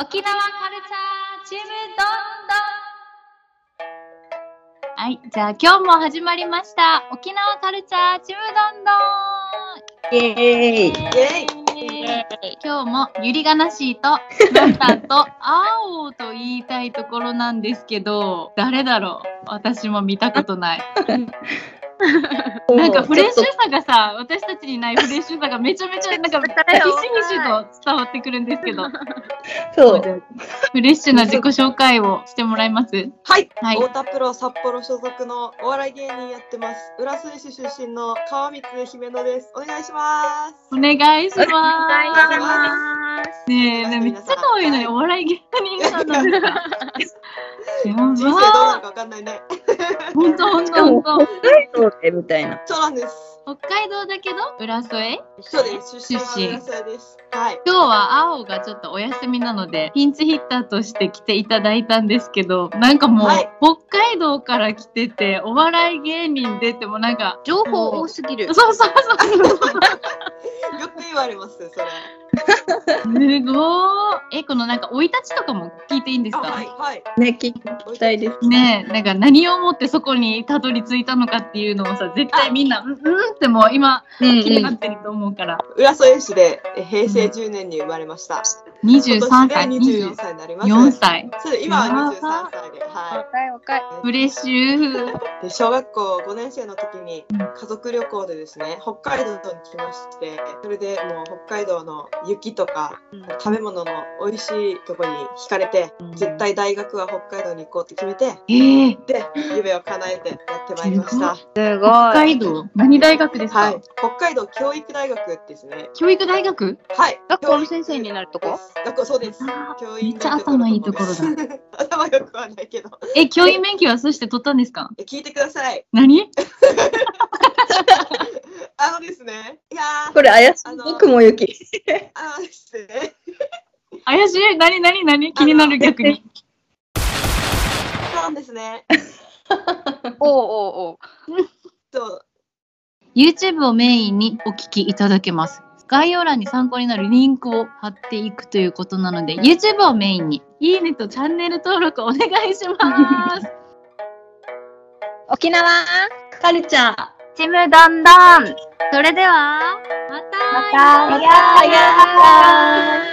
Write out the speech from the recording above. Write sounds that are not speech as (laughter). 沖縄カルチャーチームどんどんはい、じゃあ今日も始まりました。沖縄カルチャーチームどんどイエーイんイエーイ今日もゆりがなしいと、マスターと、あおと言いたいところなんですけど、誰だろう私も見たことない。なんかフレッシュさがさ、私たちにないフレッシュさがめちゃめち (laughs) ゃ、なんか、ひしひしと伝わってくるんですけど。そう。フレッシュな自己紹介をしてもらいます。はい、はい太田プロ札幌所属のお笑い芸人やってます浦添市出身の川光姫野ですお願いしますお願いします。ます。ねえ、ねえめっちゃ可愛いのにお笑い芸人さんなんですか。や人生どうなるばかわかんないねー。本当本しかも当北本海道でみたいな。そうなんです当。北海道だけど浦添。そうです出身は浦添ですはい今日は青がちょっとお休みなのでピンチヒッターとして来ていただいたんですけど、なんかもう、はい北海道から来ててお笑い芸人出てもなんか。情報多すぎるそう。そうそうよく言われますそれすごーいえこのなんか生い立ちとかも聞いていいんですあかはいはいね、聞きたいです。ねえなんか何をもってそこにたどり着いたのかっていうのをさ絶対みんな「うんうん」ってもう今うん気になってると思うから、浦添市でえ平成10年に生まれました、 23今歳年で24歳になります24歳そう今は23歳では若い若い。フレッシュいで小学校5年生の時に家族旅行でですね北海道に来ましてそれでもう北海道の雪とか食べ物の美味しいとこに惹かれて、絶対大学は北海道に行こうって決めてええで夢を叶えてやってまいり (laughs) ましたすご北い。海道何大学ですか、はい北海道教育大学ですね教育大学はい学校の先生になるとこ学校そうですあ教め員っちゃ頭いいところだ (laughs) 頭良くはないけどえ教員免許はそして取ったんですかえ聞いてください何あのですねいやーこれ怪しいあ。の僕も雪。あのですね怪しい何何何気になる逆にそうなんですねおうおうおう。そう YouTube をメインにお聞きいただけます。概要欄に参考になるリンクを貼っていくということなので、YouTube をメインに、いいねとチャンネル登録お願いします。沖縄カルチャー。ちむどんどん。それでは、またまたやーやー